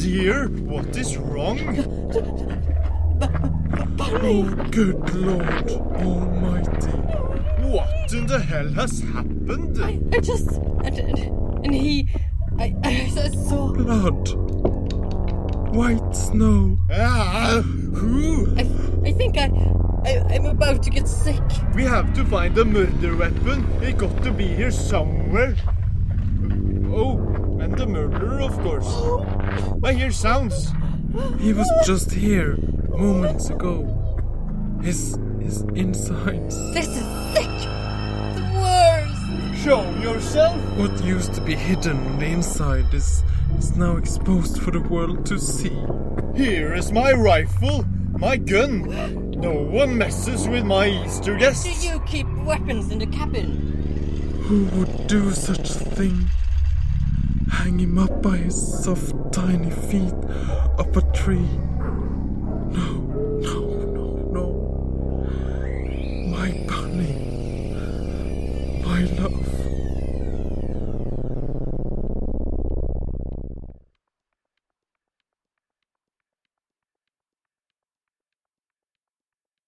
here? What is wrong? Bunny! Good Lord Almighty. What in the hell has happened? I, I just. And, and- and he. I, I saw. Blood. White snow. Ah, who? I, I think I, I. I'm about to get sick. We have to find a murder weapon. It got to be here somewhere. Oh, and the murderer, of course. I hear sounds. He was just here moments ago. His his insides. This is sick! The worst! Show yourself. What used to be hidden on the inside is is now exposed for the world to see. Here is my rifle, my gun. No one messes with my Easter Do guests. you keep weapons in the cabin? Who would do such a thing? Hang him up by his soft, tiny feet up a tree.